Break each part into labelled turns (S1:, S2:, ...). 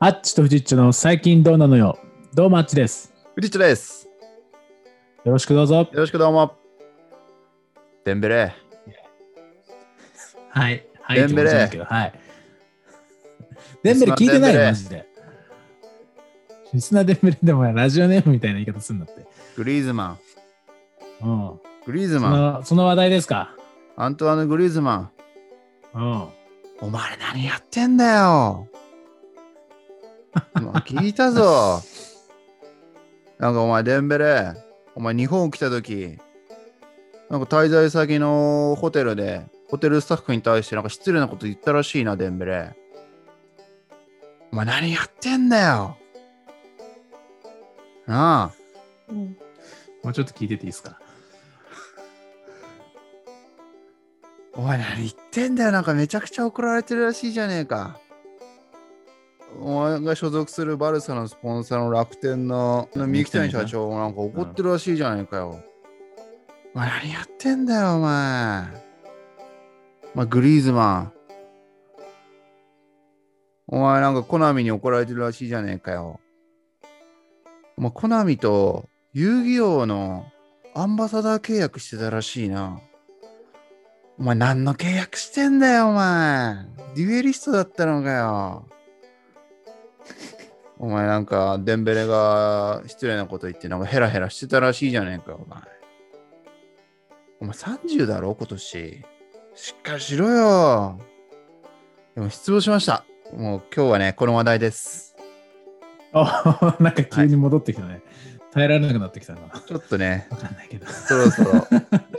S1: アッチとフジッチの最近どうなのよ。どうもアッチです。
S2: フジッチです。
S1: よろしくどうぞ。
S2: よろしくどうも。デンベレ。
S1: はい。はい。
S2: デンベレ
S1: ってことじゃないけどはい。デンベレ聞いてないよ、マ
S2: リ
S1: ジで。リスナーデンベレでもラジオネームみたいな言い方するんだって。
S2: グリーズマン。
S1: うん。
S2: グリーズ
S1: そ
S2: マン。
S1: のその話題ですか。
S2: アントワヌ・グリーズマン。
S1: うん。
S2: お前ら何やってんだよ。もう聞いたぞ。なんかお前デンベレ。お前日本来た時。なんか滞在先のホテルで、ホテルスタッフに対してなんか失礼なこと言ったらしいな、デンベレ。お前何やってんだよ。なあ。
S1: もうちょっと聞いてていいですか。
S2: お前何言ってんだよなんかめちゃくちゃ怒られてるらしいじゃねえかお前が所属するバルサのスポンサーの楽天の
S1: うん
S2: 三木谷社長もなんか怒ってるらしいじゃねえかよ、お前何やってんだよお前お前グリーズマンお前なんかコナミに怒られてるらしいじゃねえかよお前コナミと遊戯王のアンバサダー契約してたらしいなお前何の契約してんだよ、お前。デュエリストだったのかよ。お前なんか、デンベレが失礼なこと言って、なんかヘラヘラしてたらしいじゃねえか、お前。お前30だろ、今年。しっかりしろよ。でも失望しました。もう今日はね、この話題です。
S1: あなんか急に戻ってきたね。耐えられなくなってきたな。
S2: ちょっとね、
S1: わかんないけど。
S2: そろ そろ、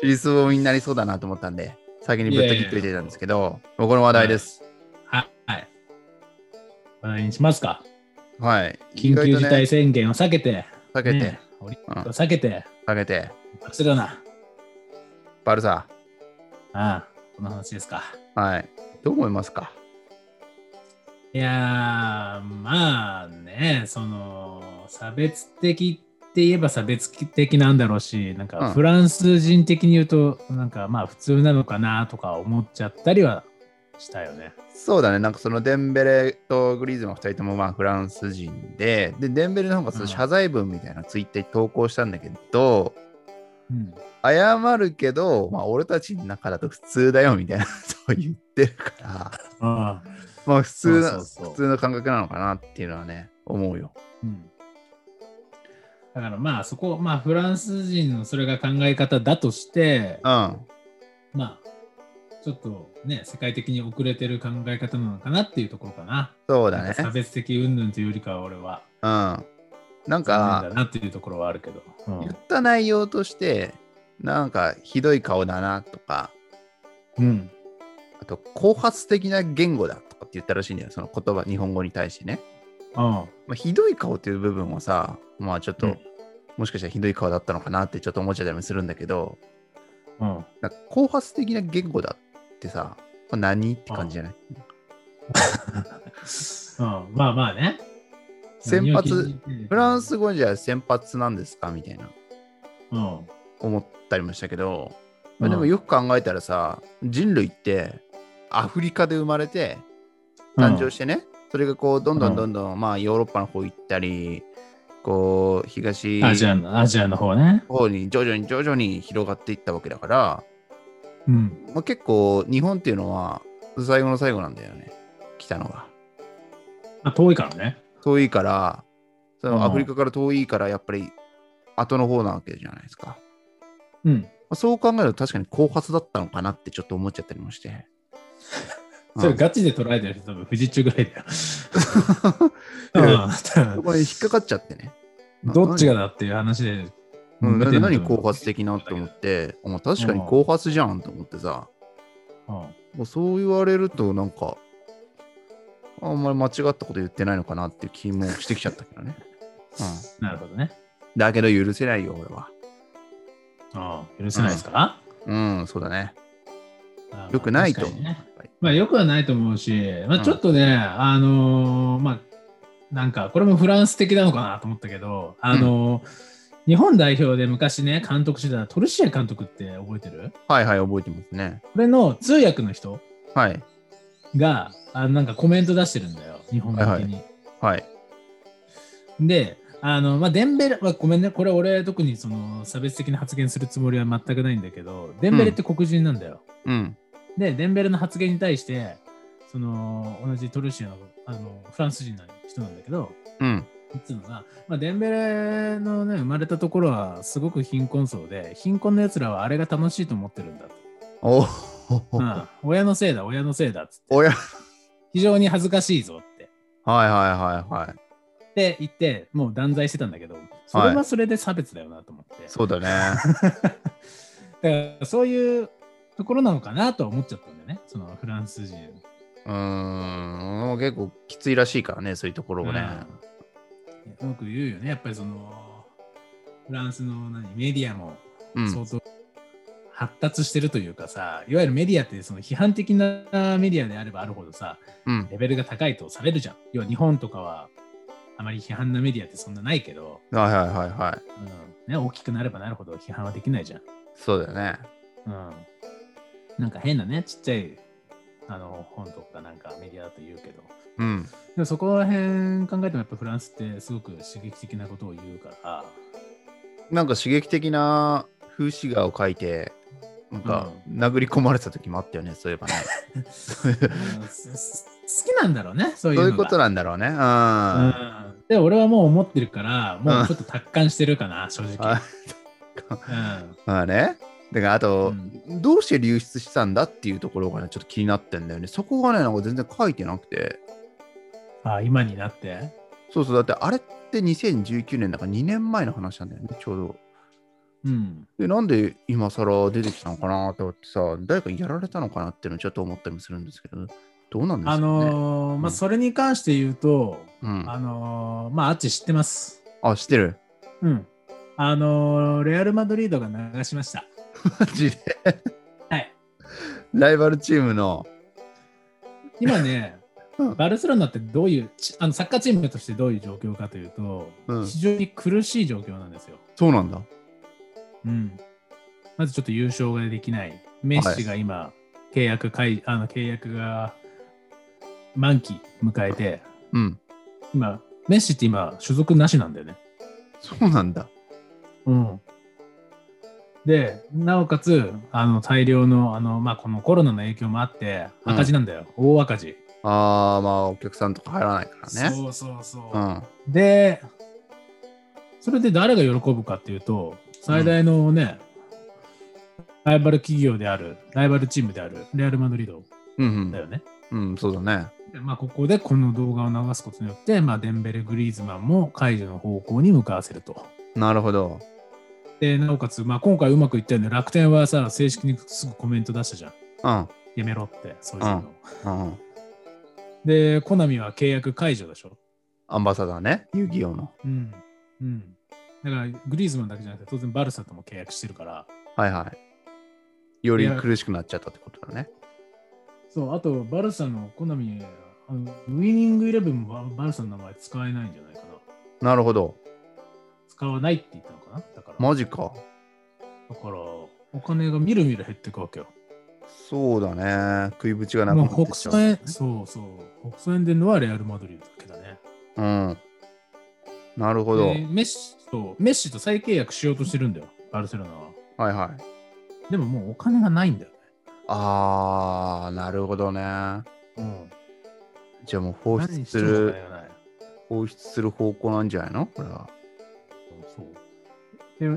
S2: 尻すぼみになりそうだなと思ったんで、先にぶった切っといてたんですけど、もうこの話題です。
S1: はい。話題にしますか。
S2: はい。
S1: 緊急事態宣言を避けて、
S2: 避けて、
S1: ねオリンピックを避けて、
S2: かけて、
S1: バルセロナ。
S2: バルサ、
S1: ああ、この話ですか。
S2: はい、どう思いますか
S1: いやー、まあね、その、差別的って言えば差別的なんだろうし、なん
S2: う
S1: か
S2: ん
S1: フランス人的に言うと、なんかまあ普通なのかなとか思っちゃったりはしたよね。
S2: そうだね、なんかそのデンベレとグリーズマン2人ともまあフランス人で、で、デンベレの方がその謝罪文みたいなのツイッターに投稿したんだけど、
S1: うん。
S2: 謝るけど、まあ俺たちの中だと普通だよみたいな ことを言ってるから、
S1: ああ、
S2: まあ普通な
S1: そうそうそう
S2: 普通の感覚なのかなっていうのはね、思うよ。
S1: うん。だからまあそこ、まあフランス人のそれが考え方だとして、
S2: うん。
S1: まあ、ちょっとね、世界的に遅れてる考え方なのかなっていうところかな。
S2: そうだね。
S1: 差別的云々というよりかは俺は
S2: うん。なん
S1: 残
S2: か
S1: 念、だなっていうところはあるけど。うん
S2: 言った内容として、なんかひどい顔だなとか、
S1: うん。
S2: あと、後発的な言語だとかって言ったらしいんだよ、その言葉、日本語に対してね。
S1: うん。
S2: まあ、ひどい顔っていう部分はさ、まあちょっと、
S1: うん
S2: もしかしたらひどい顔だったのかなってちょっと思っちゃったりもするんだけど、
S1: うん。
S2: なんか後発的な言語だってさ、まあ何って感じじゃない、
S1: うんまあまあね。
S2: 先
S1: 何を聞
S2: 発、
S1: いてる
S2: フランス語じゃ先発なんですかみたいな
S1: うん。
S2: 思ったりもしたけど、
S1: う
S2: まあ、
S1: ん
S2: でもよく考えたらさ、人類ってアフリカで生まれて、
S1: うん
S2: 誕生してね、それがこうどんどんどんどん、まあヨーロッパの方行ったりこう東
S1: アジアの、アジアの方ね。
S2: 方に徐々に徐々に広がっていったわけだから、
S1: うん。
S2: まあ、結構日本っていうのは最後の最後なんだよね来たのが
S1: まあ、遠いからね。
S2: 遠いからそ
S1: うん
S2: のアフリカから遠いからやっぱり後の方なわけじゃないですか、
S1: う
S2: ま
S1: ん。
S2: あ、そう考えると確かに後発だったのかなってちょっと思っちゃったりもして
S1: それ
S2: うん
S1: ガチで捉えてる人、多分富士中ぐらい だよ。
S2: そこに引っかかっちゃってね
S1: うん。 どっちがだっていう話で。
S2: うん、な
S1: 見てんだ
S2: 何
S1: けど
S2: 後発的なって思って、あまあ確かに後発じゃんと思ってさ、
S1: うん
S2: もうそう言われるとなんか、あんまり間違ったこと言ってないのかなっていう気もしてきちゃったけど ね。うん、
S1: なるほどね。
S2: だけど許せないよ、俺は。
S1: うん許せないですか、
S2: うん、そうだね。
S1: ああ
S2: よくないと思う。
S1: まあ確かにね
S2: やっぱり
S1: まあ、よくはないと思うし、ま
S2: う
S1: あ、
S2: ん
S1: ちょっとね、あのーまあ、なんか、これもフランス的なのかなと思ったけど、あのー日本代表で昔ね、監督してたトルシエ監督って覚えてる
S2: はいはい、覚えてますね。
S1: これの通訳の人
S2: はい。
S1: が、あなんかコメント出してるんだよ、日本向けに。
S2: はいはい。
S1: で、あの、まあ、デンベレ、まあ、ごめんね、これ俺特にその差別的な発言するつもりは全くないんだけど、デンベレって黒人なんだよ。
S2: うん。
S1: で、デンベレの発言に対して、その、同じトルシエのあのフランス人の人なんだけど、
S2: うん。
S1: いつうのが、まあ、デンベレのね、生まれたところはすごく貧困層で、貧困の奴らはあれが楽しいと思ってるんだと。
S2: お
S1: う
S2: は
S1: ん、親のせいだ、親のせいだっつって。
S2: おや
S1: 非常に恥ずかしいぞって。
S2: いはいはいはい。
S1: って言って、もう断罪してたんだけど、それはそれで差別だよなと思って。
S2: そうだね。
S1: だからそういうところなのかなとは思っちゃったんだよね、そのフランス人。
S2: うーん。結構きついらしいからね、そういうところをね。
S1: うんよく言うよね、やっぱりその、フランスの何メディアも
S2: うん。
S1: 相当発達してるというかさ、いわゆるメディアってその批判的なメディアであればあるほどさ、
S2: うん。
S1: レベルが高いとされるじゃん。要は日本とかはあまり批判なメディアってそんなないけど、
S2: はいはいはいはい。
S1: うんね、大きくなればなるほど批判はできないじゃん。
S2: そうだね。
S1: うん、なんか変なね、ちっちゃいあの本とかなんかメディアだと言うけど、
S2: うん。
S1: でもそこら辺考えてもやっぱフランスってすごく刺激的なことを言うから、
S2: なんか刺激的な風刺画を書いて、なんか殴り込まれた時もあったよね、そういえ ばね。そういう
S1: うんすす好きなんだろうね、そういう
S2: そ
S1: の
S2: うい
S1: が。
S2: うことなんだろうね。うん。は
S1: うんで俺はもう思ってるから、も
S2: ん
S1: うちょっと達観してるかな、正直。
S2: い
S1: うん
S2: まあね。だからあと、
S1: うん
S2: どうして流出したんだっていうところがね、ちょっと気になってんだよね。そこがね、なんか全然書いてなくて。
S1: あ今になって。
S2: そうそう、だってあれって2019年だから2年前の話なんだよね、ちょうど。
S1: うん、
S2: で、なんで今更出てきたのかなと思ってさ、誰かやられたのかなっていうのちょっと思ったりもするんですけど、どうなんですかね。
S1: あのー
S2: ん
S1: まあ、それに関して言うと、
S2: うん、
S1: あのーまあ、あっち知ってます。
S2: あ、知ってる。
S1: うん。あのーレアル・マドリードが流しました。
S2: マジで。
S1: はい。
S2: ライバルチームの。
S1: 今ね
S2: うん、
S1: バルセロナってどういう、ちあのサッカーチームとしてどういう状況かというと、
S2: うん
S1: 非常に苦しい状況なんですよ。
S2: そうなんだ。
S1: うん。まずちょっと優勝ができない。メッシが今、契約解、あの契約が満期迎えて、
S2: うん。
S1: 今、メッシって今、所属なしなんだよね。
S2: そうなんだ。
S1: うん。で、なおかつ、あの大量の、あのまあ、このコロナの影響もあって、
S2: うん
S1: 赤字なんだよ、大赤字。
S2: あー、まあ、お客さんとか入らないからね。
S1: そうそうそうう。
S2: ん。
S1: で、それで誰が喜ぶかっていうと、最大のね、ライバル企業である、ライバルチームである、レアル・マドリード
S2: うん
S1: だよね。
S2: うん。うん、そうだね。
S1: でまあ、ここでこの動画を流すことによって、まあ、デンベレ・グリーズマンも解除の方向に向かわせると。
S2: なるほど。
S1: で、なおかつ、まあ、今回うまくいったよね。楽天はさ、正式にすぐコメント出したじゃん。
S2: うん。
S1: やめろって、そういうの。
S2: うん。
S1: で、コナミは契約解除でしょ。
S2: アンバサダーね。遊戯王の。
S1: うん。うん。だから、グリーズマンだけじゃなくて、当然バルサとも契約してるから、
S2: はいはい。より苦しくなっちゃったってことだね。
S1: そう、あと、バルサのコナミ、あのウィニングイレブンもババルサの名前使えないんじゃないかな。
S2: なるほど。
S1: 使わないって言ったのかなだから、
S2: マジか。
S1: だから、お金がみるみる減っていくわけよ。
S2: そうだね。食いぶちがなく
S1: も
S2: な
S1: う
S2: って
S1: 北
S2: きちゃう。
S1: 斎、そうそう、北斎でのはレアル・マドリードだけだね。
S2: うん。なるほど。
S1: でメッシと、メッシと再契約しようとしてるんだよ、バルセロナは。
S2: はいはい。
S1: でももうお金がないんだよね。
S2: あー、なるほどね。
S1: うん。
S2: じゃあもう放出
S1: 何して
S2: す
S1: もお
S2: る
S1: 金。がない。
S2: 放出する方向なんじゃないのこれは。
S1: そう。っ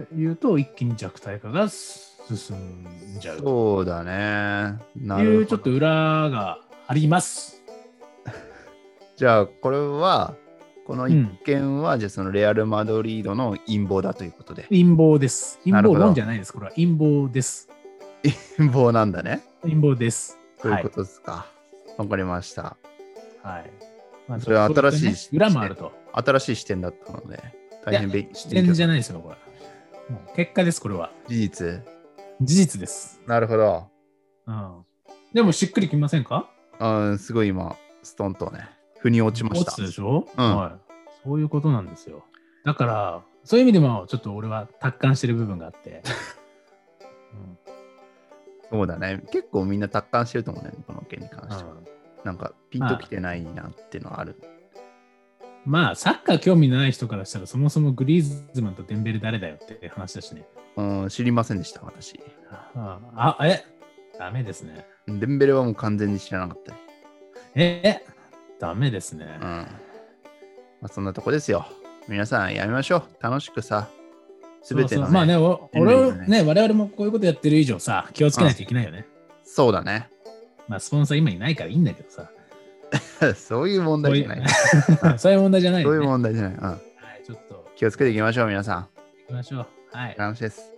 S1: ていうと、一気に弱体化が進んじゃうと
S2: そうだね。な
S1: いう
S2: る
S1: ちょ
S2: ほ
S1: っと
S2: ど。
S1: 裏があります。
S2: じゃあこれは、この一
S1: うん
S2: 件は、じゃあそのレアル・マドリードの陰謀だということで。
S1: 陰謀です。陰
S2: なるほ
S1: 謀
S2: ど
S1: 論じゃないです。これは陰謀です。
S2: 陰謀なんだね。
S1: 陰謀です。
S2: という
S1: はい
S2: こ。とですか。わ、かりました。
S1: はい。まあ
S2: それは新しい
S1: そううね裏もあると。
S2: 新しい視点だったので、大変べ視
S1: 視点じゃ
S2: な
S1: な
S2: い
S1: いですよ、これ。もう結果です、これは。
S2: 事実。
S1: 事実です。
S2: なるほど。
S1: うん。でもしっくりきませんか
S2: うん、すごい今、ストンとね、腑に落ちました
S1: 落ち。でしょ、
S2: うん
S1: はい。そういうことなんですよ。だから、そういう意味でも、ちょっと俺は達観してる部分があ って。うん
S2: そうだね。結構みんな達観してると思うんだよね、この件に関しては。なんか、ピンときてないなっていうのはある。
S1: まあ、サッカー興味ない人からしたら、そもそもグリーズマンとデンベル誰だよって話だしね。
S2: うん、知りませんでした、私。
S1: あ、あえ、ダメですね。
S2: デンベレはもう完全に知らなかったね。
S1: え、ダメですね
S2: うん。。まあ、そんなとこですよ。皆さんやめましょう。楽しくさ、すべ
S1: そ
S2: て
S1: う
S2: の、
S1: そうまあね、お俺を
S2: 人類の
S1: ね、我々もこういうことやってる以上さ、気をつけないといけないよね。
S2: そうだね。
S1: まあ、スポンサー今いないからいいんだけどさ。
S2: そういう問
S1: そう
S2: 題
S1: い
S2: じゃな
S1: う
S2: い。
S1: そう いう問題じゃない
S2: そう
S1: よ
S2: いう
S1: ね。
S2: 問題じゃない。うん、
S1: はい、ちょっと
S2: 気をつけていきましょう、皆さん。
S1: 行きましょう。はい。
S2: 楽しいです。